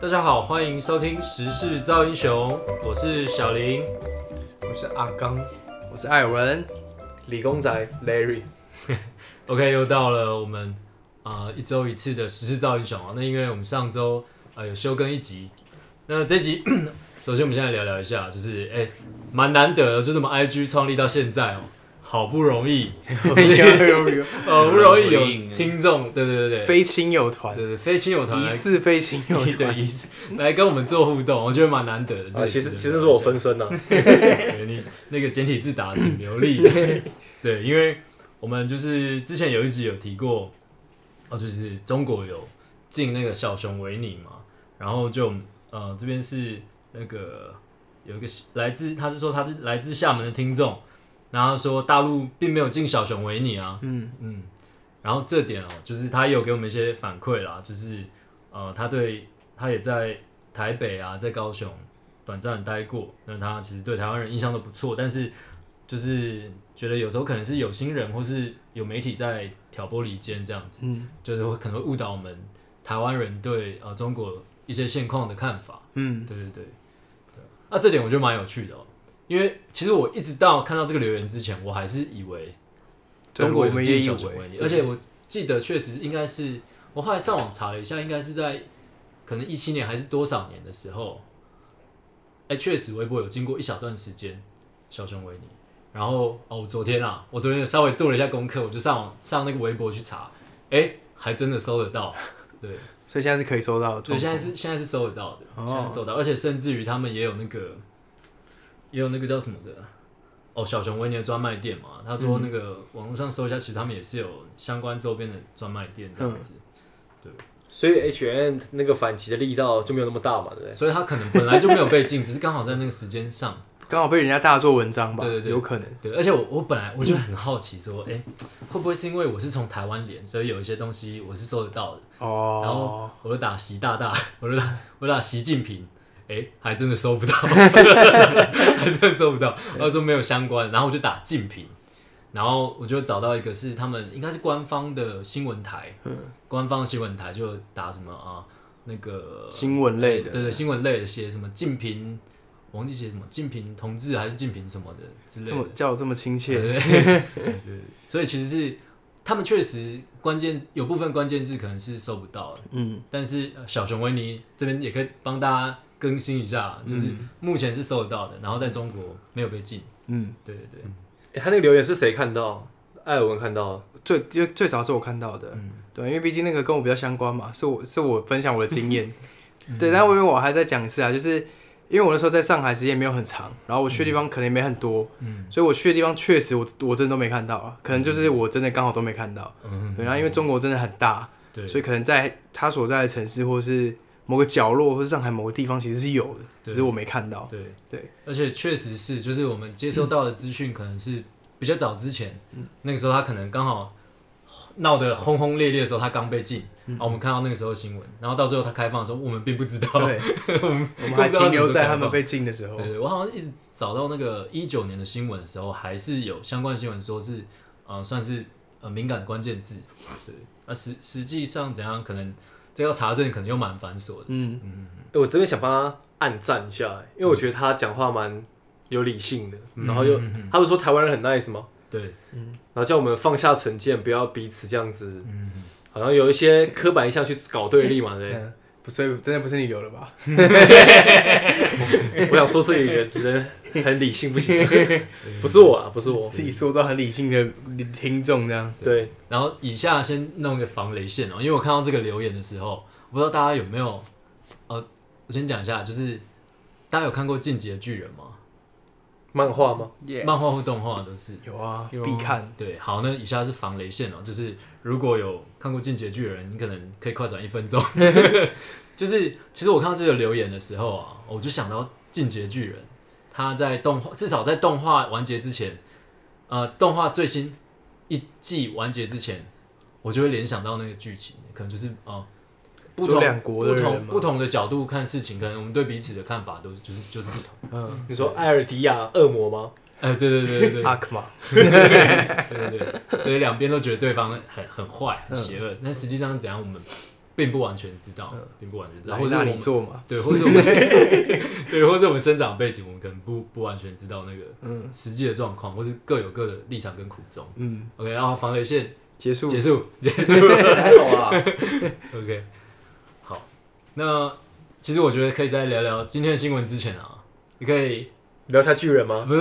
大家好，欢迎收听《时事造英雄》，我是小林，我是阿刚，我是艾尔文，理工仔 Larry。 OK，又到了我们呃一周一次的时事造英雄啊。那因为我们上周呃有休更一集，那这集 首先我们现在聊聊一下，就是哎蛮、难得的，就是我们 IG 创立到现在哦，好不容易，好不容易有人回应有啊听众，对对对对，非亲友团，对对非亲友团疑来似非亲 友的团，意思来跟我们做互动，我觉得蛮难得的。这啊，一其实次其实是我分身啊呐、 对你那个简体字打得挺流利 的，对，因为我们就是之前有一集有提过，哦，就是中国有进那个小熊维尼嘛，然后就呃这边是那个有一个来自他是说他是来自厦门的听众，然后他说大陆并没有进小熊维尼啊，嗯嗯，然后这点哦，就是他也有给我们一些反馈啦，就是呃他对他也在台北啊，在高雄短暂地待过，那他其实对台湾人印象都不错，但是就是觉得有时候可能是有心人或是有媒体在挑拨离间这样子，嗯就是会可能会误导我们台湾人对呃中国一些现况的看法。嗯，对对对，对那、这点我觉得蛮有趣的哦，因为其实我一直到看到这个留言之前，我还是以为对中国我有们也进以小熊维尼，为而且我记得确实应该是我后来上网查了一下，应该是在可能一七年还是多少年的时候，哎，确实微博有经过一小段时间小熊维尼。然后哦，我昨天啊，我昨天稍微做了一下功课，我就上网上那个微博去查，哎，还真的搜得到，对，所以现在是可以收到的对，状况，现在是现在是收得到的，哦现在是收得到，而且甚至于他们也有那个，也有那个叫什么的，哦，小熊维尼的专卖店嘛。他说那个网络上搜一下，其实他们也是有相关周边的专卖店这样子，所以 H N 那个反击的力道就没有那么大嘛，对不对？所以他可能本来就没有被禁，只是刚好在那个时间上。刚好被人家大做文章吧，对对对有可能，对，而且我我本来我就很好奇说，哎、会不会是因为我是从台湾连，所以有一些东西我是搜得到的。然哦，后我就打习大大，我就打我就打习近平，哎、还真的搜不到， 还真的搜不到。他说没有相关，然后我就打近平，然后我就找到一个是他们应该是官方的新闻台，嗯官方新闻台就打什么啊、那个新闻类的对对，新闻类的写什么近平，我忘记写什么近平同志还是近平什么的之类这的么，叫我这么亲切，对 对所以其实是他们确实关键有部分关键字可能是搜不到的，嗯，但是呃小熊维尼这边也可以帮大家更新一下，就是嗯目前是搜得到的，然后在中国没有被禁。嗯，对对对，诶他那个留言是谁看到？艾尔文看到，最最最早是我看到的，嗯对，因为毕竟那个跟我比较相关嘛，是我是我分享我的经 验，对，但我因为我还在讲一次啊，就是因为我那时候在上海时间没有很长，然后我去的地方可能也没很多，嗯所以我去的地方确实我我真的都没看到啊，可能就是我真的刚好都没看到。嗯，对，然后因为中国真的很大，对所以可能在他所在的城市或是某个角落，或是上海某个地方，其实是有的，对只是我没看 到。对对，而且确实是，就是我们接收到的资讯可能是比较早之前，嗯那个时候他可能刚好闹得轰轰烈烈的时候，他刚被禁。嗯然后我们看到那个时候的新闻，然后到最后他开放的时候，我们并不知道，对，我们 我们还停留在他们被。被禁的时 候对。对，我好像一直找到那个一九年的新闻的时候，还是有相关新闻说是，呃，算是呃敏感关键字。对，那、实实际上怎样，可能这要查证，可能又蛮繁琐的。嗯，诶我这边想帮他暗赞一下，因为我觉得他讲话蛮有理性的，然后又、嗯嗯嗯嗯他不是说台湾人很 nice 吗？对，然后叫我们放下成见，不要彼此这样子，嗯，好像有一些刻板印象去搞对立嘛，对不对？嗯不是，真的不是你留的 吧？ 我想说自己人人很理性不行，不是我啊，不是我，自己塑造很理性的听众这样。对，然后以下先弄一个防雷线哦，因为我看到这个留言的时候，我不知道大家有没有，呃，我先讲一下，就是大家有看过《进击的巨人》吗？漫画吗？漫画或动画都是。有啊，有啊必看。对，好，那以下是防雷线哦，就是如果有看过《进击的巨人》，你可能可以快转一分 钟。就是其实我看到这个留言的时候啊，我就想到《进击的巨人》，他在动画至少在动画完结之前，呃，动画最新一季完结之前，我就会联想到那个剧情，可能就是呃。不说同两国的不人同吗不同的角度看事情，可能我们对彼此的看法都是就是就是不同。嗯，你说艾尔迪亚恶魔吗？哎、对对对对对，阿克嘛，对对对，所以两边都觉得对方很很坏、很邪恶，但实际上是怎样？我们并不完全知道，并不完全知道，来或是那我你们做嘛，对，或是我们 对，或是我们生长背景，我们可能不不完全知道那个实际的状况，或是各有各的立场跟苦衷。嗯， OK，然后防雷线结束 结束，结束。还好啊， OK，好，那其实我觉得可以在聊聊今天的新闻之前啊，你可以聊一下巨人吗？不是，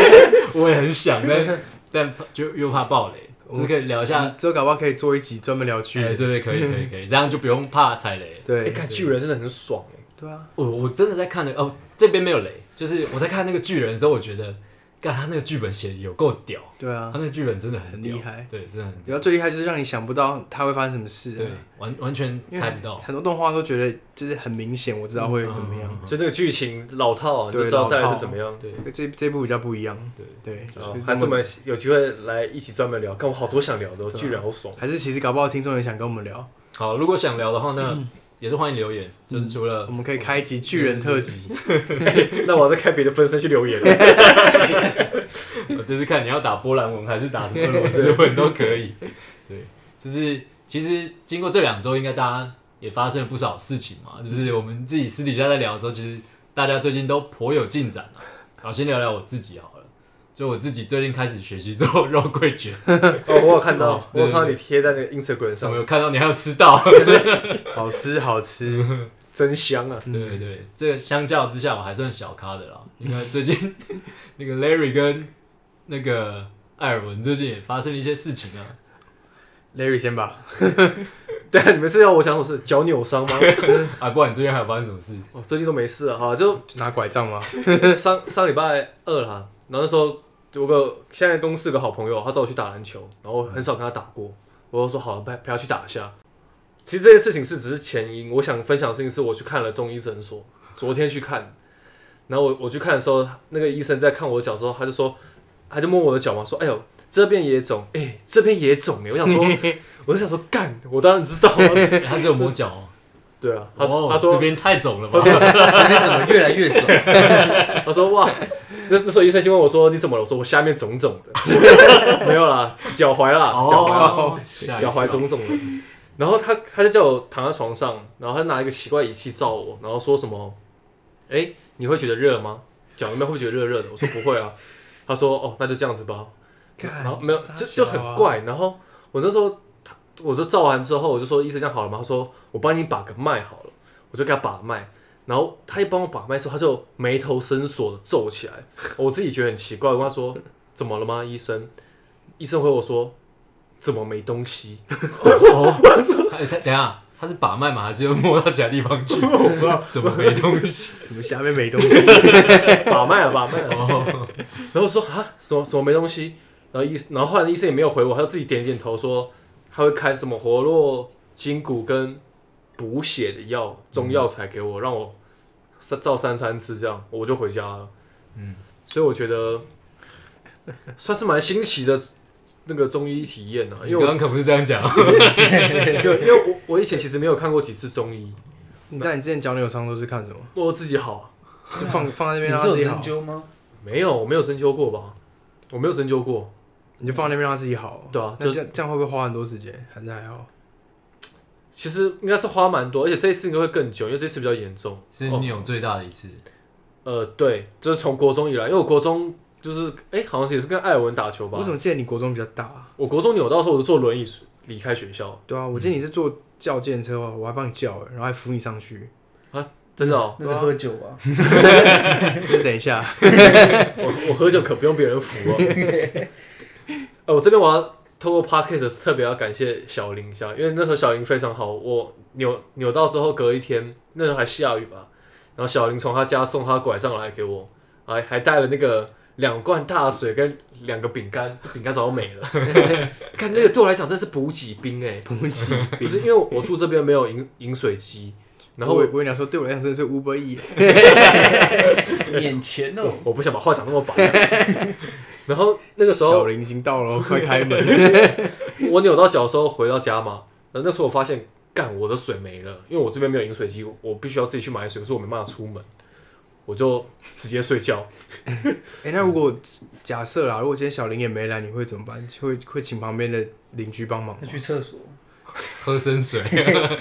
我也很想，但但就又怕暴雷，就是可以聊一下。之后搞不好可以做一集专门聊哎、剧，对对， 可以可以可以，这样就不用怕踩雷。哎，对看巨人真的很爽哎。对啊，我我真的在看那个哦，这边没有雷，就是我在看那个巨人的时候，我觉得，干他那个剧本写的有够屌，对他啊，那个剧本真的很屌厉害，对，真的很然后最厉害就是让你想不到它会发生什么事，啊对，完完全因为猜不到，很多动画都觉得就是很明显，我知道会怎么样。嗯所以那个剧情老套啊，你就对知道再来老是套怎么样。对这这部比较不一样，对，对，哦所以还是这我么们有机会来一起专门聊，看我好多想聊的哦，对啊巨人好爽。还是其实搞不好听众也想跟我们聊，好，如果想聊的话呢，嗯也是欢迎留言，就是除了我们可以开一集巨人特辑，那我要再开别的分身去 留言。我这次看你要打波兰文还是打什么俄罗斯文都可以。对，就是其实经过这两周，应该大家也发生了不少事情嘛。就是我们自己私底下在聊的时候，其实大家最近都颇有进展啊。好，先聊聊我自己好了。就我自己最近开始学习做 肉桂卷，哦，我有看哦到，我对有看到你贴在那个 Instagram 什上么，有看到你还有吃到？好吃好吃，真香啊！对对对，这个相较之下我还算小咖的啦，因为最近那个 Larry 跟那个艾尔文最近也发生了一些事情啊。 Larry 先吧，对啊，你们是要我想我是脚扭伤吗？啊，不然你最近还有发生什么事？哦，最近都没事啊，哈，就拿拐杖 吗？上上礼拜二啦，然后那时候我个现在公司有个好朋友，他找我去打篮球，然后我很少跟他打过，我就说好了，陪陪他去打一下。其实这件事情是只是前因，我想分享的事情是我去看了中医诊所，昨天去看，然后我我去看的时候，那个医生在看我的脚的时候，他就说，他就摸我的脚嘛，说，哎呦。这边也肿，哎、这边也肿哎！我想说，我就想说，干，我当然知道啊，欸 他只有摸脚哦，对啊，他哦说，他说这边太肿了吧？这边怎么越来 越肿？他说哇，那那时候医生先问我说你怎么了？我说我下面肿肿的， 没有啦，脚踝啦，脚踝啦，哦，脚踝肿肿的。然后他他就叫我躺在床上，然后他拿一个奇怪仪器照我，然后说什么，哎，你会觉得热吗？脚有没有会觉得热热的？我说不会啊。他说哦，那就这样子吧。然后没有，就就啊很，怪。然后我那时候他我就照完之后，我就说医生这样好了吗？他说我帮你把个脉好了，我就给他把脉。然后他一帮我把脉之后，他就眉头深锁的皱起来。我自己觉得很奇怪，我跟他说怎么了吗？医生，医生回我说怎么没东西？他哎他等一下，他是把脉吗？还是又摸到其他地方 去？我不知道怎么没东西。怎么下面没东西？把脉啊，把脉啊。 哦，然后我说啊，什么什么没东西，然后医，然后后来医生也没有回我，他就自己点点头说他会开什么活络筋骨跟补血的药，中药材给我，让我三照三餐吃，这样我就回家了。嗯，所以我觉得算是蛮新奇的那个中医体验啊，你 因为刚我刚可不是这样讲。啊 因为因为我我以前其实没有看过几次中医，那你之前脚扭伤都是看什么？我自己好就 放放在那你边让是它有自己好针，灸吗？没有，我没有针灸过吧，我没有针灸过，你就放在那边让它自己好。对啊那就这样这样会不会花很多时间？还是还好？其实应该是花蛮多，而且这一次应该会更久，因为这次比较严重。是哦你有最大的一次，呃，对，就是从国中以来，因为我国中就是哎、好像也是跟艾尔文打球吧我。怎么记得你国中比较大啊？我国中扭到的时候，我就坐轮椅离开学校对啊，我记得你嗯是坐教健车哦，我还帮你叫，然后还扶你上去。 啊，真的哦、那是喝酒吧？就是等一下，我我喝酒可不用别人扶哦、呃，我这边我要透过 podcast 特别要感谢小林一下，因为那时候小林非常好，我扭扭到之后隔一天，那时候还下雨吧，然后小林从他家送他拐杖来给我，还还带了那个两罐大水跟两个饼干，饼干早就没了。 看那个对我来讲真是补给兵哎、补给。不是因为我住这边没有饮饮水机， 然后我我我跟你讲说，对我来讲真的是 Uber E，啊免钱哦，我不想把话讲那么白啊、然后那个时候小林已经到了哦，快开门。 我扭到脚的时候回到家嘛，然后那时候我发现，干我的水没了，因为我这边没有饮水机，我必须要自己去买水，可是我没办法出门，我就直接睡觉。哎、那如果假设啊啦，如果今天小林也没来，你会怎么办？会会请旁边的邻居帮忙吗那？去厕所。喝生水。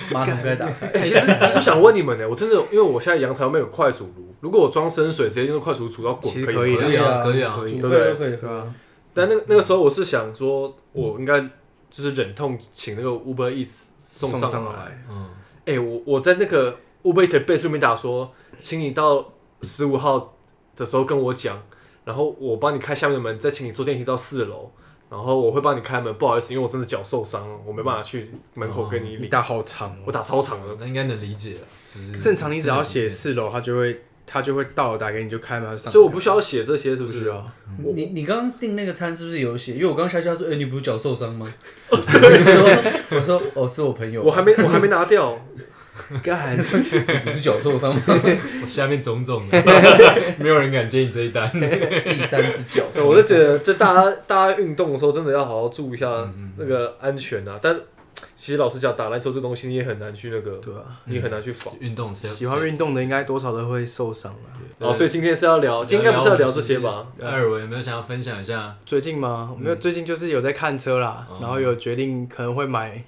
马桶盖打开，哎、其实其实我想问你们呢，我真的因为我现在阳台外面有快煮炉，如果我装生水直接用快煮煮到滚其实可以可可以吗？以啊可以啊可以煮啊，饭都可以对喝。啊，但那个那个时候我是想说，我应该就是忍痛请那个 Uber Eats 送送上上来。来，嗯，哎、我我在那个 Uber Eats 的备注里面打说，请你到十五号的时候跟我讲，然后我帮你开下面的门，再请你坐电梯到四楼，然后我会帮你开门。不好意思，因为我真的脚受伤了，我没办法去门口跟你你领。打好长哦嗯我。打超长了，啊那应该能理解了，就是正常你只要写四楼，他就会他就会到打给你就开门，它就上所以我不需要写这些，不是不需是？要。我你你刚刚订那个餐是不是有写？因为我刚下去，他说：“哎、你不是脚受伤吗？”我说：“我说哦，是我朋友。”我 还没我还没拿掉， 干，你不是脚受伤吗？我下面种种 的， 没有人敢接你这一单。第三只脚。对，我就觉得这大家大家运动的时候真的要好好注意一下那个安全啊。但其实老实讲，打篮球这东西你也很难去那个，对啊，你也很难去防。运动是喜欢运动的应该多少都会受伤啊。哦，所以今天是要聊，今天应该不是要聊这些吧？？艾尔文有没有想要分享一下？最近吗？没有，最近就是有在看车啦哦，然后有决定可能会买，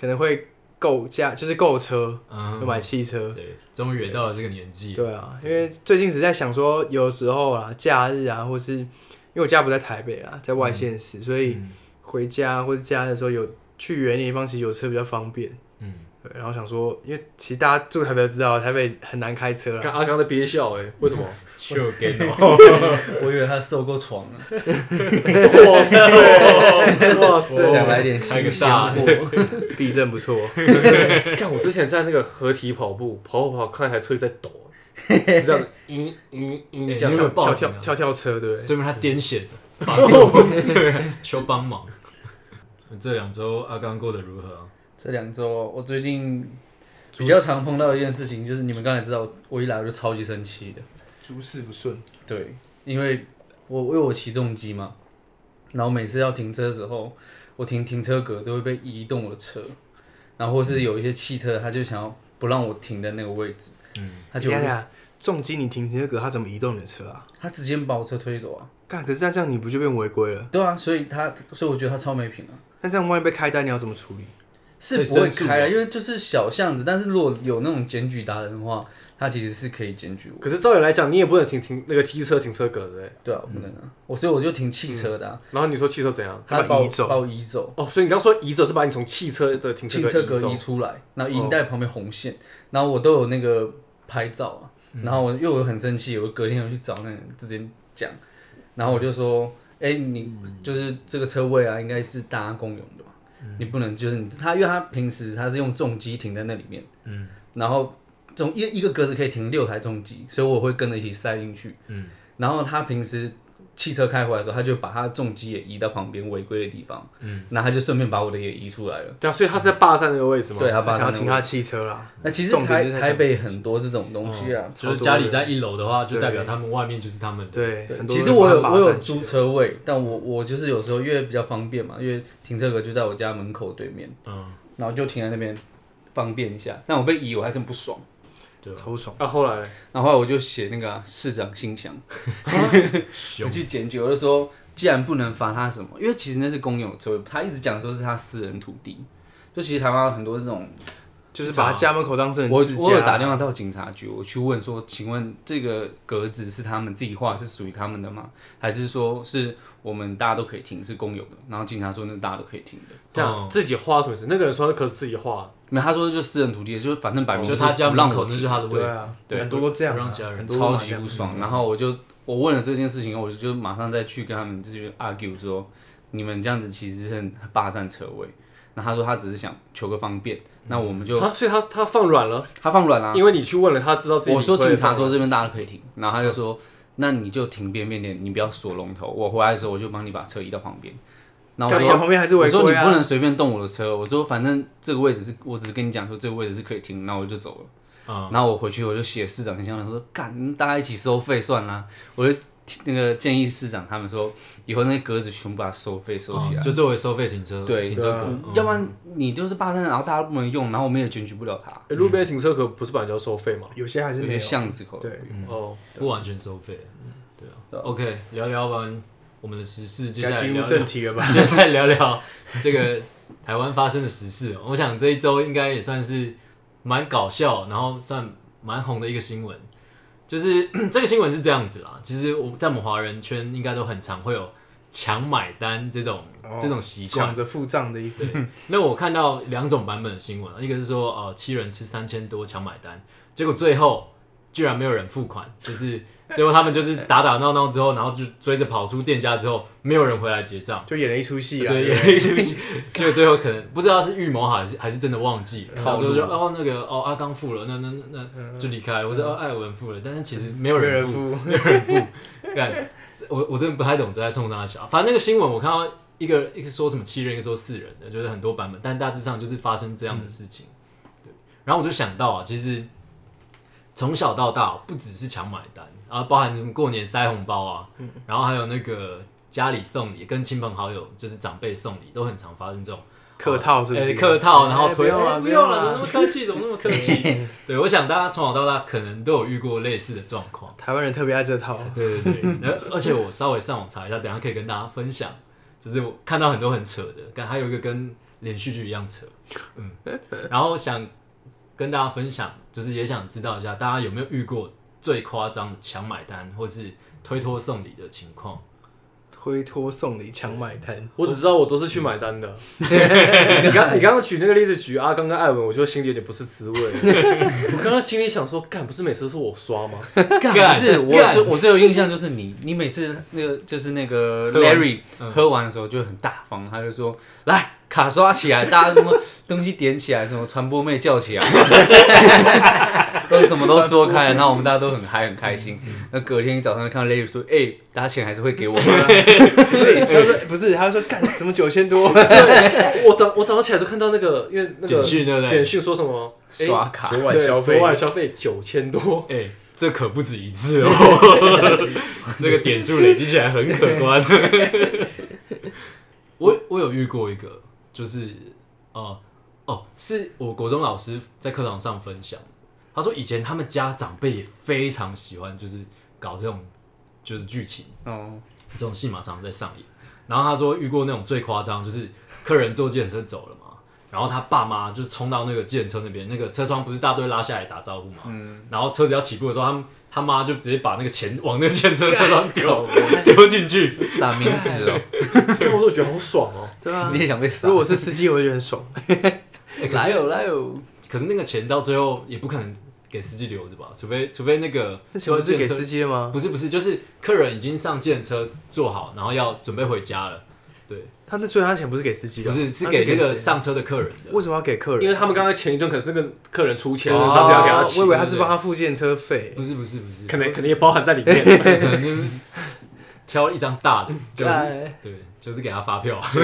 可能会购驾，就是购车，嗯会，买汽车。对，终于也到了这个年纪，对啊，因为最近只在想说，有时候啊，假日啊，或是因为我家不在台北啊，在外县市，所以嗯回家或者假日的时候有去远一点地方，其实有车比较方便。嗯，对，然后想说，因为其实大家住台北都知道，台北很难开车啦。看阿刚在憋笑，哎，为什么？就给你。我以为他受过啊床了， 哇塞，哇想来塞！点开新个鲜大的货。避震不错，看我之前在那个合体跑步，跑跑跑，看一台车一直在抖，啊是这样，咦咦咦，这哎你有没有样。报跳警跳啊跳跳车，对不对？说明他癫痫了，发作 对求帮忙。这两周阿刚过得如何啊？这两周哦我最近比较常碰到一件事情，就是你们刚才知道，我一来我就超级生气的。诸事不顺，对，因为我因为我骑重机嘛，然后每次要停车的时候，我停停车格都会被移动我的车，然后或是有一些汽车，他就想要不让我停的那个位置，嗯，他就等一下等一下重击你停车格，他怎么移动你的车啊？他直接把我车推走啊。干，可是那这样你不就变违规了？对啊，所以他所以我觉得他超没品啊，那这样万一被开单，你要怎么处理？是不会开啊，因为就是小巷子，但是如果有那种检举达人的话，他其实是可以检举我。可是照理来讲，你也不能停停那个机车停车格的，对不对对啊，我不能啊，我所以我就停汽车的、啊，然后你说汽车怎样？他把他你把我移走把我移走。哦，所以你刚说移走是把你从汽车的停车停车格移走移出来，然后银带旁边红线，然后我都有那个拍照啊，然后我因为我很生气，我隔天我去找那个人直接讲，然后我就说，哎、你就是这个车位啊，应该是大家共用的嘛，你不能就是你他，因为他平时他是用重机停在那里面，嗯，然后总一一个格子可以停六台重机，所以我会跟着一起塞进去，嗯，然后他平时。汽车开回来的时候，他就把他的重机也移到旁边违规的地方，嗯，然后他就顺便把我的也移出来了。对啊，所以他是在霸占那个位置吗？对，他把想他要那个停他的汽车啦。那其实重点台就是在台想北很多这种东西嗯啊。就是家里在一楼的话，就代表他们外面就是他们的。对对，很，多其实人我看有法我有站租车位，但我我就是有时候因为比较方便嘛，因为停车格就在我家门口对面，嗯，然后就停在那边方便一下。但我被移，我还真不爽。对吧？超爽，啊，后来嘞然后后来我就写那个啊、市长 信箱，啊我凶，去检举，我就说既然不能罚他什么，因为其实那是公有车位，他一直讲说是他私人土地，就其实台湾有很多这种就是把他家门口当成我自我有家打电话到警察局，我去问说，请问这个格子是他们自己画，是属于他们的吗？还是说是我们大家都可以停，是公有的？然后警察说那是大家都可以停哦的，这样自己画什么事？那个人说他可是自己画，没有，他说就私人土地，就是反正摆明就哦他家不门让口我那停，就是他的位对置。啊，对很多都这样啊，不让家人很多都超买级这样不爽。嗯然后我就我问了这件事情，我就马上再去跟他们这些 argue 说，你们这样子其实是很霸占车位。那他说他只是想求个方便，那我们就啊，所以他他放软了，他放软啦、啊因为你去问了，他知道自己理我亏说了。警察说这边大家可以停，然后他就说，那你就停边边点，你不要锁龙头。我回来的时候我就帮你把车移到旁边。然后我干说嘛旁边还是我违说规你不啊？能随便动我的车，我说反正这个位置是我只是跟你讲说这个位置是可以停，然后我就走了。嗯，然后我回去我就写市长信箱，我说干，大家一起收费算啦、我就那个建议市长他们说，以后那格子全部把它收费收起来。嗯就作为收费停车，对啊停车格对啊嗯，要不然你就是霸占，然后大家不能用，然后我们也检举不了他。诶欸路边停车可不是本来就要收费吗？有些还是有一没个有，巷子口，对，哦，不完全收费。对啊，OK，聊聊完我们的时事，接下该来进入聊 正题了吧？接下来聊聊这个台湾发生的时事。哦我想这一周应该也算是蛮搞笑，然后算蛮红的一个新闻。就是 这个新闻是这样子啦，其实我在我们华人圈应该都很常会有强买单这种、哦这种习惯抢。着付账的意思。那我看到两种版本的新闻，一个是说呃七人吃三千多强买单，结果最后居然没有人付款，就是最后他们就是打打闹闹之后，然后就追着跑出店家之后，没有人回来结账。就演了一出戏啊，对，不也是， 就最后可能不知道是预谋好还是还是真的忘记了，然套后就路说哦那个哦阿刚付了，那那那那就离开了，我说哦艾文付了，但是其实没有没有人人付，付，没有人付， 干，我我真的不太懂这在冲啥小，啊反正那个新闻我看到一个一个说什么七人，一个说四人的，就是很多版本，但大致上就是发生这样嗯的事情。对，然后我就想到啊，其实从小到大不只是抢买单，然后包含什么过年塞红包啊，嗯然后还有那个家里送礼，跟亲朋好友就是长辈送礼，都很常发生这种。客套是不呃是？客套，然后哎推、不用哎了，不用了，怎么那么不用客气，怎么那么客气？ 对，我想大家从小到大可能都有遇过类似的状况。台湾人特别爱这套，对对嗯对，然后而且我稍微上网查一下，等一下可以跟大家分享，就是我看到很多很扯的，但还有一个跟连续剧一样扯，嗯，然后想跟大家分享，就是也想知道一下大家有没有遇过最夸张的强买单或是推脱送礼的情况。推脱送礼抢买单， 我只知道我都是去买单的。你刚你刚刚举那个例子，举阿刚跟艾文，我就心里有点不是滋味。我刚刚心里想说，干不是每次都是我刷吗？ 干干不是我干最我最有印象就是你，你每次那个就是那个喝完 Larry 嗯喝完的时候就很大方，他就说来卡刷起来，大家什 么东西点起来，什么传播妹叫起来， 都什么都说开了，然后我们大家都很嗨很开心。那隔天一早上就看到 Larry 说，哎、大家钱还是会给我吗？ 不是，他说不是，他说干什么九千多， 我早我早上起来就看到那个，因为那个简讯对不对简讯说什么诶刷卡昨晚消对费昨，晚消费九千多， 哎、这可不止一次哦，这个点数累积起来很可观。 我我有遇过一个，就是呃哦，是我国中老师在课堂上分享，他说以前他们家长辈也非常喜欢，就是搞这种就是剧情，哦，这种戏码常常在上演。然后他说遇过那种最夸张，就是客人坐计程车走了嘛，然后他爸妈就冲到那个计程车那边，那个车窗不是大家都会拉下来打招呼嘛，嗯然后车子要起步的时候，他们他妈就直接把那个钱往那个计程车车 窗丢丢进去，撒名纸 哦，看我都觉得好爽哦。对啊你。也想被撒如？果我是司机，我就觉得很爽。 欸 可来是哦来哦，可是那个钱到最后也不可能给司机留着吧，除非除非那个那钱不是给司机，机的吗？不是不是，就是客人已经上计程车坐好，然后要准备回家了，对， 他那最后他钱不是给司机的，不是是那给那个谁上车的客人的，为什么要给客人？因为他们刚刚前一顿可是那个客人出钱，哦他们要给他我以钱，为他是帮他付建车费，不是不是不是，可能可能也包含在里面。可 能就是挑一张大的，嗯就是哎对，就是给他发票，就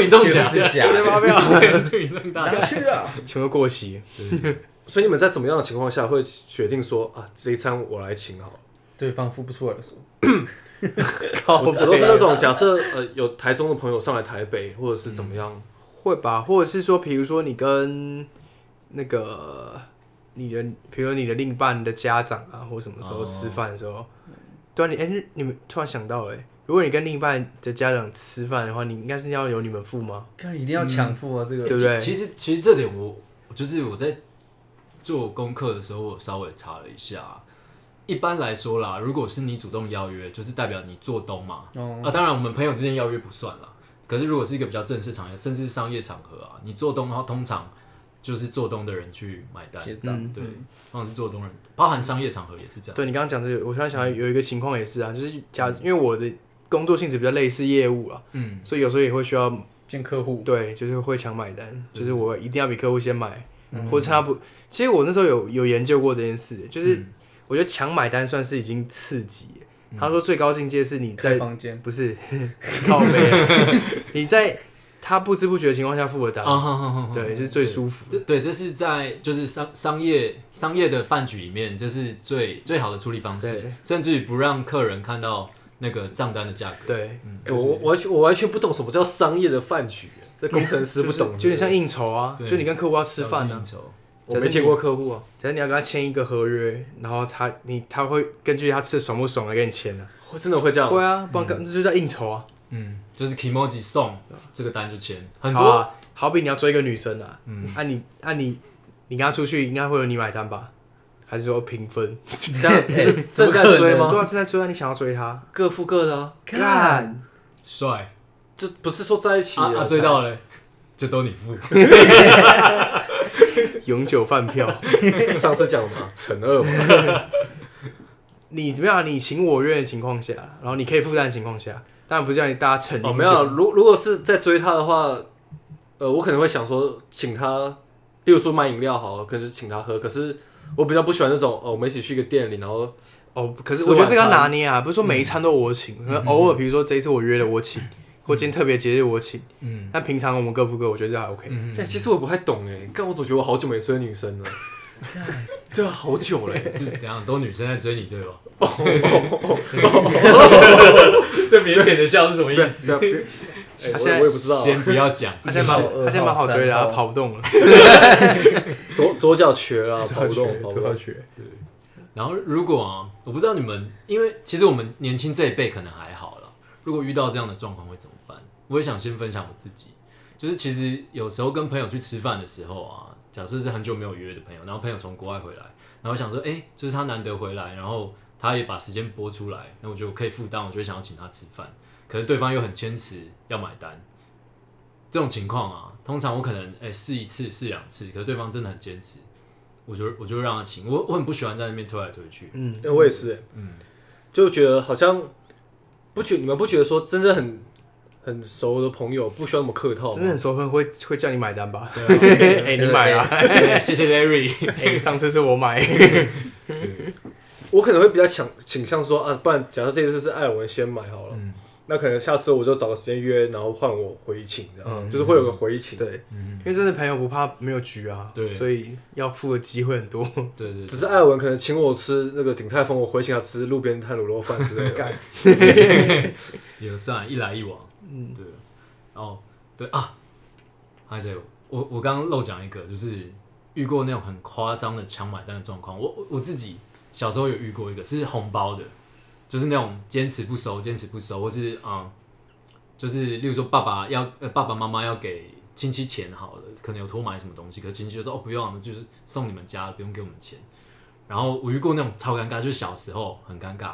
你中奖，就是假 对发票，对就你中大奖，去 啊！全部过期。对对所以你们在什么样的情况下会决定说啊，这一餐我来请好了？对方付不出来的时候，靠哦我我都是那啊种假设呃有台中的朋友上来台北或者是怎么样，会吧，或者是说，比如说你跟那个你的，比如说你的另一半的家长啊，或什么时候哦吃饭的时候，对啊，你哎、你们突然想到哎、如果你跟另一半的家长吃饭的话，你应该是要由你们付吗？看一定要抢付啊，这个对不对？其实其实这点我就是我在做功课的时候，我稍微查了一下。一般来说啦，如果是你主动邀约，就是代表你做东嘛。哦啊，当然我们朋友之间邀约不算啦。可是如果是一个比较正式场合，甚至是商业场合啊，你做东的话，通常就是做东的人去买单。结账。对，通常是做东人，包含商业场合也是这样。对你刚刚讲这个，我突然想到有一个情况也是啊，就是假，因为我的工作性质比较类似业务啊，嗯，所以有时候也会需要见客户，对，就是会抢买单，嗯就是我一定要比客户先买，或者他不。其实我那时候有有研究过这件事，嗯就是我觉得抢买单算是已经刺激了。他说最高境界是你在在房间，不是 靠背，啊 你在他不知不觉的情况下付了单，啊哈哈哈哈对，是最舒服。这对，这是在就是商商业商业的饭局里面，这是最最好的处理方式对，甚至于不让客人看到那个账单的价格。对，嗯欸我我完全我完全不懂什么叫商业的饭局，这工程师不 懂，就有点像应酬啊，对就你跟客户要吃饭小心，啊应酬我没见过客户啊，假如你要跟他签一个合约，然后他你他会根据他吃的爽不爽来给你签啊。哦会真的会这样。对啊，不然干这就叫应酬啊。嗯，就是 Kimoji 送这个单就签，很好多啊，好比你要追一个女生啊，嗯，啊你啊你你跟她出去，应该会有你买单吧？还是说平分？这样是怎正么在可能追对吗？啊，正在追啊，你想要追她，各付各的啊，干，帅这不是说在一起啊了啊，才追到了，就都你付。永久饭票。 上次讲的嘛，乘二嘛， 你没有啊你情我愿的情况下，然后你可以负担的情况下，当然不是叫你大家逞哦，英没有啊，雄。如如果是在追他的话，呃，我可能会想说，请他，例如说买饮料好了，可能就请他喝。可是我比较不喜欢那种，哦，我们一起去一个店里，然后哦，可是吃我觉得这个要晚餐拿捏啊，不是说每嗯一餐都我请，可能偶尔比如说这一次我约了我请，或今天特别节日我请，嗯但平常我们各付各，我觉得这还 OK。嗯，。但其实我不太懂哎，但我总觉得我好久没追女生了，对啊，好久嘞是怎样？都女生在追你对吧？这腼腆的笑是什么意思？对啊，别他哎现在我我也不知道啊，先不要讲，他现在蛮一号他现在蛮好追的二啊，号他跑不动了，左左脚瘸 了啊，跑不左动，跑不要动。学。然后如果啊，我不知道你们，因为其实我们年轻这一辈可能还好了，如果遇到这样的状况会怎么办？我也想先分享我自己，就是其实有时候跟朋友去吃饭的时候啊，假设是很久没有约的朋友，然后朋友从国外回来，然后想说，哎、就是他难得回来，然后他也把时间拨出来，那我觉得我可以负担，我就会想要请他吃饭，可是对方又很坚持要买单，这种情况啊，通常我可能哎试、一次试两次，可是对方真的很坚持。我就我就让他请，我我很不喜欢在那边推来推去。嗯，哎我也是，嗯，就觉得好像不觉你们不觉得说真正很很熟的朋友不需要那么客套真的吗？很熟分会会叫你买单吧？对 哎，你 买啊！啊，谢谢 Larry。哎， 上次是我买，我可能会比较倾倾向说啊，不然假设这一次是艾文先买好了，嗯那可能下次我就找个时间约，然后换我回请这样，嗯就是会有个回请。对，嗯，因为真的朋友不怕没有局啊，对所以要付的机会很多。对对，只是艾文可能请我吃那个鼎泰丰，我回请他吃路边摊卤肉饭之类的。干， 也算一来一往。嗯，对。哦，对啊，还有我我刚刚漏讲一个，就是遇过那种很夸张的抢买单的状况。我我我自己小时候有遇过一个，是红包的，就是那种坚持不收、坚持不收，或是嗯，就是例如说爸爸要、呃、爸爸妈妈要给亲戚钱好了，可能有托买什么东西，可是亲戚就说哦不用，就是送你们家了，不用给我们钱。然后我遇过那种超尴尬，就是小时候很尴尬，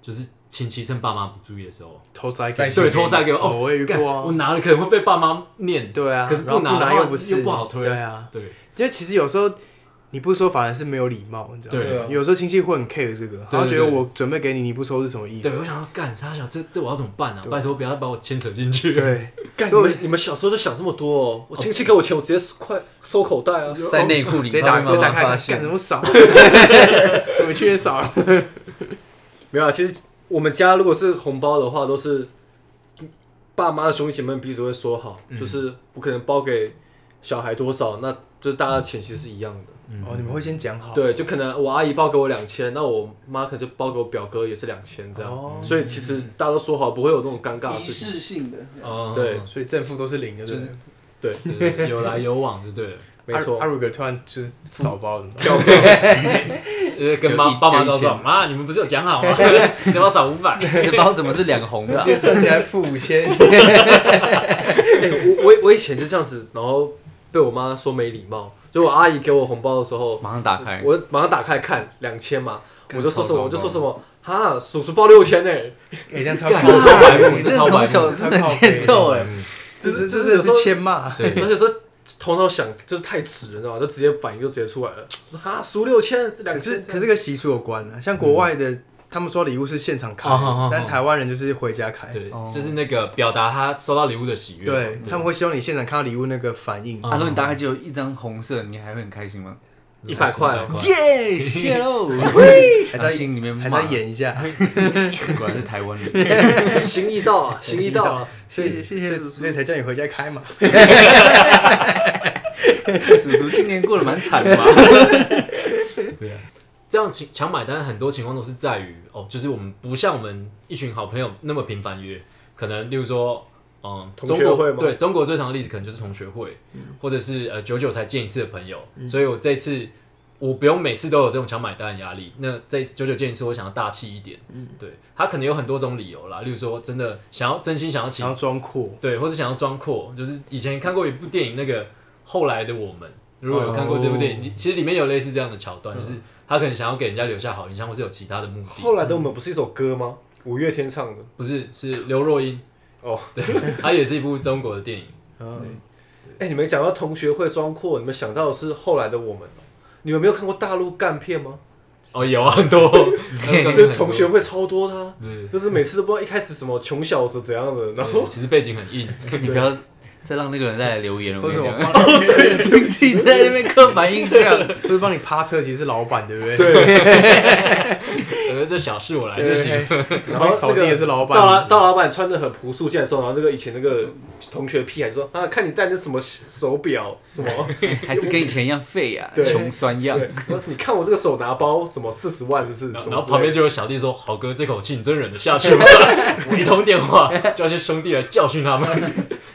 就是亲戚趁爸妈不注意的时候，偷塞塞给你对，偷塞给我。哦，哦，我也遇干过啊我。拿了可能会被爸妈念。对啊，可是然后不拿的拿话又不是又不好推对啊，对因为其实有时候你不收反而是没有礼貌，你知道吗？对啊有时候亲戚会很 care 这个，对对他会觉得对我准备给你，你不收是什么意对，我思？想要干啥？想这这我要怎么办啊？对拜托不要把我牵扯进去。对，干你们你们小时候就想这么多哦！我亲戚给我钱，我直接快收口袋啊！塞内裤里，直接打他直会接打慢慢开发看现干 什 么少？怎么去也少？没有啊，其实我们家如果是红包的话，都是爸妈的兄弟姐妹彼此会说好，嗯就是我可能包给小孩多少，那就是大家的钱其实是一样的。嗯哦，你们会先嗯讲好。对，就可能我阿姨包给我两千，那我妈可能就包给我表哥也是两千这样，哦所以其实大家都说好，不会有那种尴尬的仪事情。式性的， 哦对嗯所以正负都是零的，就是对对有来有往就 对了。没错阿，鲁哥突然就是少包的， 呃，跟妈就一爸妈告就一状，千妈，你们不是有讲 好吗？ 怎么少五百？这包怎么是两个红的啊今？天算起来负五千。哎、我我我以前就这样子，然后被我妈说没礼貌，就我阿姨给我红包的时候， 马上打开，我马上打开看两千嘛，干我就说什超么糟我就说什么，哈，叔叔包六千欸呢，哎，这样超干靠超白目你这超白目从小是很欠揍哎，就是这就是是这有是时候，欠骂。 对而且说头脑想就是太直了，你知道吗？就直接反应就直接出来了，我说哈，叔六千两可是千，可是跟习俗有关啊，像国外的，他们说礼物是现场开哦好好好，但台湾人就是回家开。对哦，就是那个表达他收到礼物的喜悦。对，他们会希望你现场看到礼物那个反应。嗯啊，如果你打开只有一张红色，你还会很开心吗？一百块哦耶，哎谢 喽！还还在在啊心里面骂还是要，演一下， 果然是台湾人。 心意到 啊，心意到啊，所以谢谢谢谢所以所以才叫你回家开嘛。 叔叔今年过得蛮惨 的吧？啊这样抢抢买单，很多情况都是在于哦，就是我们不像我们一群好朋友那么频繁约，可能例如说，嗯，同学中国会吗嗯对，中国最常的例子可能就是同学会，或者是呃久久才见一次的朋友，所以我这次我不用每次都有这种想买单的压力。那这九九见一次，我想要大气一点。嗯，对他可能有很多种理由啦，例如说真的想要真心想要请想要装酷，对，或者想要装阔，就是以前看过一部电影，那个《后来的我们》，如果有看过这部电哦影，你其实里面有类似这样的桥段，就是他可能想要给人家留下好印象，或是有其他的目的，嗯后来的我们不是一首歌吗？五月天唱的。不是是刘若英哦，对，它也是一部中国的电影，哎、你们讲到同学会装阔，你们想到的是后来的我们哦。你们没有看过大陆干片 吗？哦，有啊很 多，那个就是同学会超多的啊、对，就是每次都不知道一开始什么穷小子怎样的，然后对其实背景很硬，你不要再让那个人再来留言了。或者什么 我跟你帮，讲你自己在那边刻板印象。 或者帮你趴车，其实是老板，对不对？对，呃，这小事我来就对，行。 然后扫地也是老板，大老大老板穿的很朴素，进来的时候，然后这个以前那个同学屁孩说啊，看你戴那什么手表什么，还是跟以前一样废呀、对穷酸样。对，说你看我这个手拿包什么四十万，是不是？然什后么然后之类的旁边就有小弟说：“好哥，这口气你真忍得下去吗？”我一通电话叫一些兄弟来教训他们。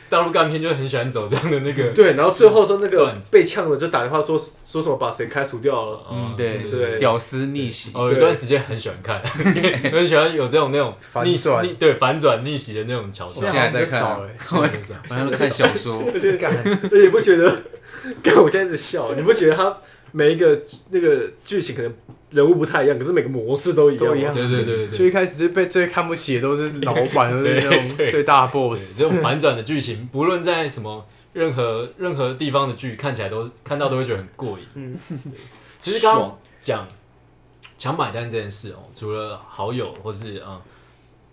大陆干片就很喜欢走这样的那个，对，然后最后说那个段被呛的就打电话说说什么把谁开除掉了，嗯对对屌丝逆袭。哦，有一段时间很喜欢看， 很喜欢有这种那种反逆转逆对反转逆袭的那种桥现段。现在在在在啊看少了，欸真的是晚上都看小说，而且干而且你不觉得？ 看我现在一直笑，你不觉得他每一个那个剧情可能人物不太一样，可是每个模式都一样吗，都一样对对对对就对，一开始就被最看不起的都是老板，都是对那种最大的对 boss。这种反转的剧情，不论在什么任何任何地方的剧，看起来都看到都会觉得很过瘾。嗯，其实刚刚爽讲抢买单这件事哦，除了好友或是嗯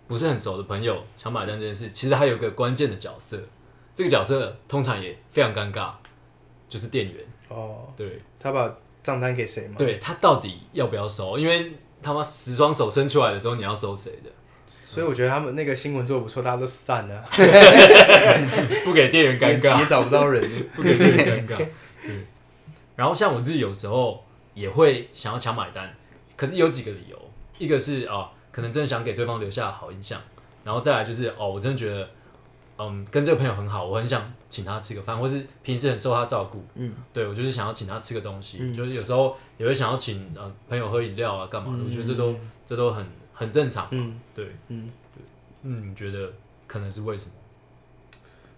不是很熟的朋友抢买单这件事，其实还有一个关键的角色，这个角色通常也非常尴尬，就是店员。哦，对，他把账单给谁吗？对他到底要不要收？因为他妈十双手伸出来的时候，你要收谁的？所以我觉得他们那个新闻做的不错，大家都散 了，不给店员尴也也尬，找不到人。 不给店员尴尬。对。然后像我自己有时候也会想要抢买单，可是有几个理由，一个是啊、可能真的想给对方留下好印象，然后再来就是哦，我真的觉得。嗯，跟这个朋友很好，我很想请他吃个饭，或是平时很受他照顾。嗯，对我就是想要请他吃个东西，嗯就是有时候也会想要请呃朋友喝饮料啊，干嘛的？我觉得这都这都很很正常。嗯，对，嗯对，嗯，你觉得可能是为什么？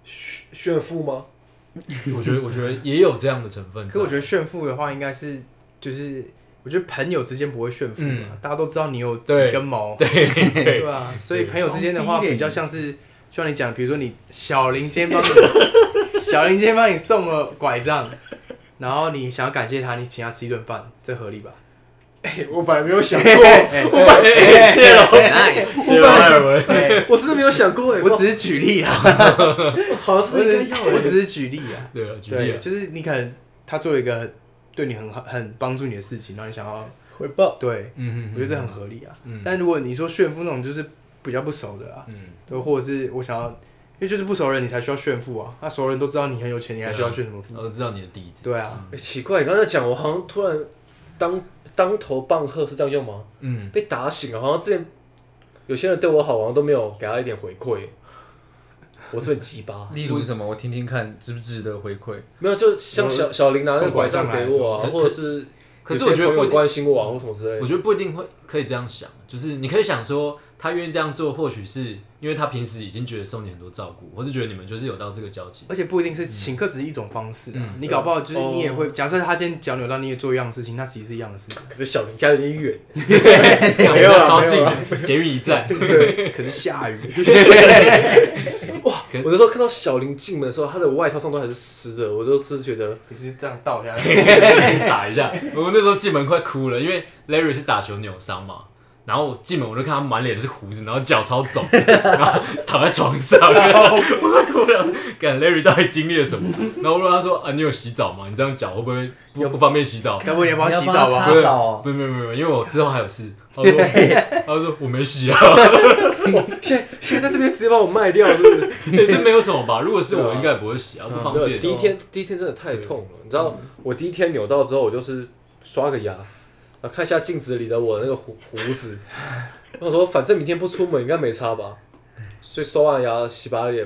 炫炫富吗？我觉得，我觉得也有这样的成分在。可我觉得炫富的话，应该是就是，我觉得朋友之间不会炫富嘛，大家都知道你有几对根毛，对对对啊，所以朋友之间的话装逼耶比较像是，就像你讲，比如说你小林今天帮你，小林今天帮你送了拐杖，然后你想要感谢他，你请他吃一顿饭，这合理吧？ 哎哎我本来没 有想过，我把谢谢了， ，nice。谢了艾尔文。对，我真的没有想 过哎，我哎只是举例 啊，好像我是只应是该要我哎只是举例啊，对啊，举例对，啊，就是你可能他做了一个很对你很好很帮助你的事情，然后你想要回报。对，嗯我觉得这很合理啊嗯。但如果你说炫富那种，就是比较不熟的啊，嗯，对，或者是我想要，因为就是不熟人你才需要炫富啊，那熟人都知道你很有钱，你还需要炫什么富？我知道你的底子。对啊，哎奇怪，你刚才讲，我好像突然当当头棒喝是这样用吗？嗯，被打醒了，好像之前有些人对我好，好像都没有给他一点回馈。我是不是很鸡巴？ 例如什么？我听听看，值不值得回馈？没有，就像小小林拿那个拐杖给我啊，送拐杖来或者是，可是我觉得不一会定，关心我啊，或什么之类我的。觉得不一定会可以这样想，就是你可以想说，他愿意这样做，或许是因为他平时已经觉得受你很多照顾，或是觉得你们就是有到这个交 集。而且不一定是请客，只是一种方式啊嗯。你搞不好就是你也会，假设他今天脚扭到，你也做一样的事情，那其实是一样的事情。可是小林家有点远，没有啊超近没有啊的，捷运一站。 可是下雨，可是我那时候看到小林进门的时候，他的外套上都还是湿的，我都是觉得你是这样倒下来，先撒一下。 我那时候进门快哭了，因为 Larry 是打球扭伤嘛，然后我进门我就看他满脸是胡子，然后脚超肿，然后躺在床上，我快哭了。感 Larry 到底经历了什么？然后我问他说：“啊，你有洗澡吗？你这样脚会不会不不方便洗澡？”要不你要帮我洗你要澡帮吧他擦？不是澡哦没有没有没有，因为我之后还有事。他说， 他说我没洗啊， 现在现在这边直接把我卖掉，是不是？欸这没有什么吧？如果是我，应该也不会洗啊，不方没便有，。第一哦天第一天真的太痛了，你知嗯道，我第一天扭到之后，我就是刷个牙，啊，看一下镜子里的我那个胡胡 子，我想说反正明天不出门应该没差吧，所以刷完牙洗把脸，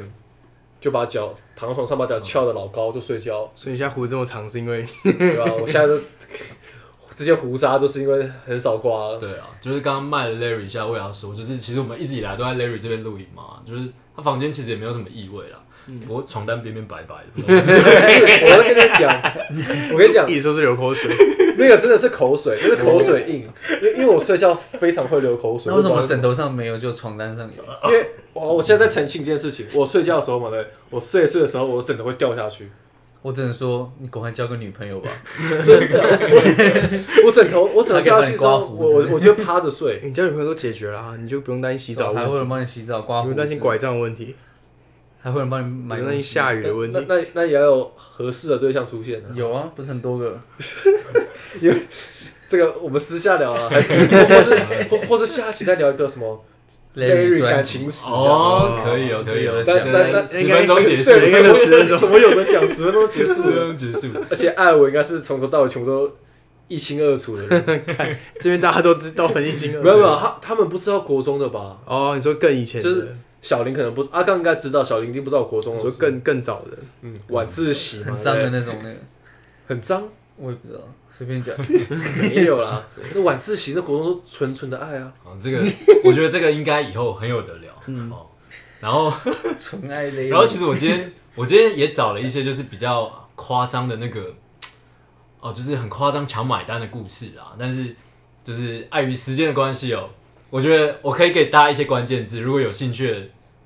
就把脚躺在床上把脚翘的老高就睡觉，嗯所以你现在胡子这么长是因为对吧？我现在都 这些胡渣都是因为很少刮了。对啊，就是刚刚卖了 Larry 一下，我也要说，就是其实我们一直以来都在 Larry 这边录影嘛，就是他房间其实也没有什么异味啦，不过床单边边白白的不知道为什么。我要跟你讲，我跟你 讲， 一直说是流口水，那个真的是口水，那个口水印，因为因为我睡觉非常会流口水。那为什我呃么不知道枕头上没有，就床单上 有？因为哦我我现在在澄清一件事情，我睡觉的时候嘛，对，我睡一睡的时候，我枕头会掉下去，我只能说，你赶快交个女朋友吧。真的，我我枕头我枕头掉下去之后，还可以帮你刮胡我子我我就趴着睡，你交女朋友都解决了啊，你就不用担心洗澡哦还的会有问人题，帮你洗澡、刮不胡用担心子，拐杖的问题，还会有人帮你不买用东担西心下雨的问那题。那那也要有合适的对象出现啊。有啊，不是很多个。这个我们私下聊 啊，还是或是或或是下一期再聊一个什么 Larry 感专情史啊。哦，可以哦，可以哦，那那那十分钟结束，对，应该是什十哦分么钟什么有的讲，十分钟结十束分了。钟结束。而且爱我应该是从头到尾全部都一清二楚的 人， 这边大家都知道，很一心二没有没有，用。他他们不知道国中的吧？哦，你说更以前的，就是小林可能不，阿刚应该知道，小林一定不知道国中你的说事。更更早的，嗯，晚自习嘛很脏的对那种，那个很脏，我也不知道，随便讲。没有啦。那晚自习那国中都纯纯的爱啊，哦，这个我觉得这个应该以后很有得聊。哦，然后纯爱勒。然后其实我今天 我今天也找了一些就是比较夸张的那个，哦，就是很夸张抢买单的故事啊，但是就是碍于时间的关系哦，我觉得我可以给大家一些关键字，如果有兴趣的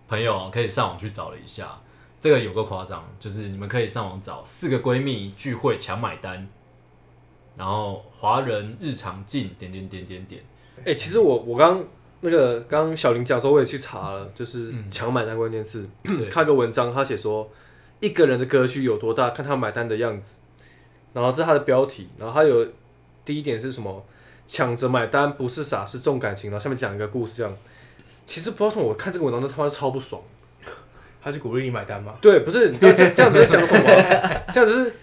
朋友哦可以上网去找了一下，这个有个夸张，就是你们可以上网找四个闺蜜聚会抢买单，然后华人日常进点点点点点，哎、其实我我刚那个刚刚小林讲的时候，我也去查了，就是嗯抢买单关键字，对 看个文章，他写说一个人的格局有多大，看他买单的样子。然后这是他的标题，然后他有第一点是什么？抢着买单不是傻，是重感情。然后下面讲一个故事，这样。其实不知道为什么，我看这个文章都他妈超不爽。他就鼓励你买单嘛。对，不是你知道这这样子在讲什么 吗？这样子是，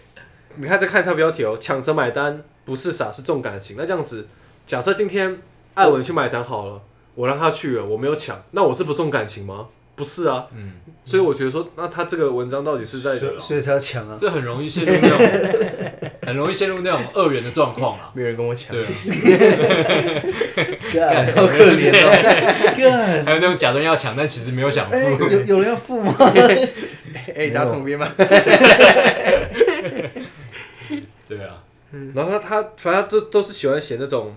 你看再看一下标题哦，抢着买单不是傻是重感情。那这样子，假设今天艾文去买单好了，我让他去了，我没有抢，那我是不重感情吗？不是啊，嗯。所以我觉得说，那他这个文章到底是在所以才要抢啊。这很容易陷入那种，很容易陷入那种二元的状况啦。没有人跟我抢对， 啊，干好可怜 哦。干，还有那种假装要抢，但其实没有想付。哎，有有人要付吗？ 哎，打桶边吗？对啊，然后他他反正他都都是喜欢写那种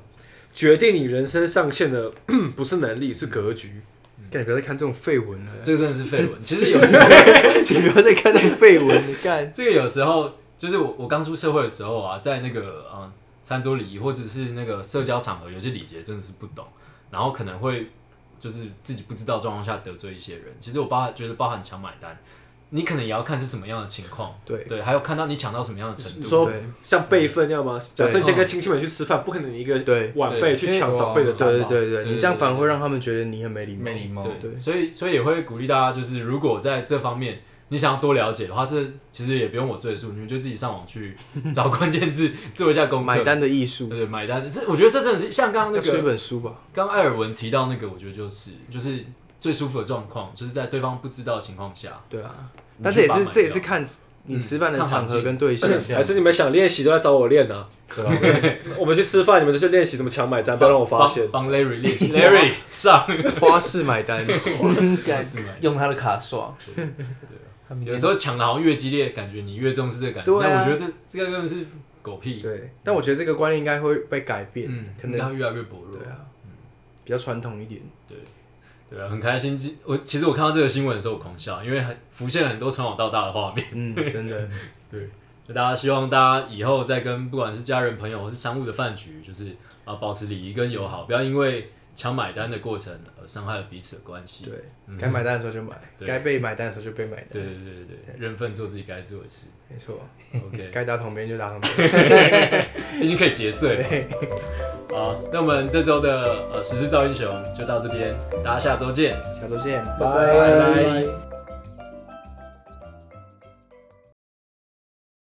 决定你人生上限的 不是能力是格局。干，你不要再看这种废文啊了，这个真的是废文。其实有时候，你不要再看这种废文了， 干。这个有时候就是我我刚出社会的时候啊，在那个嗯餐桌礼仪或者是那个社交场合，有些礼节真的是不懂，然后可能会就是自己不知道状况下得罪一些人。其实我包含觉得包含抢买单，你可能也要看是什么样的情况，对对，还有看到你抢到什么样的程你度。说对像辈分那样吗？假设你今天跟亲戚们去吃饭，不可能你一个对晚辈去抢长辈的单对吧对？对对对，对你这样反而会让他们觉得你很没礼貌。没礼貌对，哦对所以所以也会鼓励大家，就是如果在这方面你想要多了解的话，这其实也不用我赘述，你们就自己上网 去找关键字做一下功课。买单的艺对术，对，买单，这我觉得这真的是像刚刚要那出一个，本书吧。刚刚艾尔文提到那个，我觉得就是就是最舒服的状况，就是在对方不知道的情况下，对啊，你但是也去把它是买这也是掉看你吃饭的看场环合境跟对象。还是你们想练习都来找我练啊呢、对吧？我们去吃饭，你们就去练习怎么抢买单，不要让我发现。帮帮 Larry 练习，Larry 上花式买单，开始买。用他的卡刷。 他明有天时候抢的好像越激烈，感觉你越重视这个感觉。对啊但我觉得这这个真的是狗屁，对，但我觉得这个观念应该会被改变，嗯，可可能能它越来越薄弱。对啊，比较传统一点。对啊，很开心。其我其实我看到这个新闻的时候，我狂笑，因为很浮现了很多从小到大的画面。 嗯，真的，就大家希望大家以后在跟不管是家人、朋友或是商务的饭局，就是啊保持礼仪跟友好，不要因为抢买单的过程而伤害了彼此的关系。对嗯，该买单的时候就买，对该被买单的时候就被买单，对对对对对，认份做自己该做的 事。没错， OK，该打桶边就打桶边。毕竟可以结碎嘛。好，那我们这周的呃时事造英雄就到这边，大家下周见，下周见，拜拜。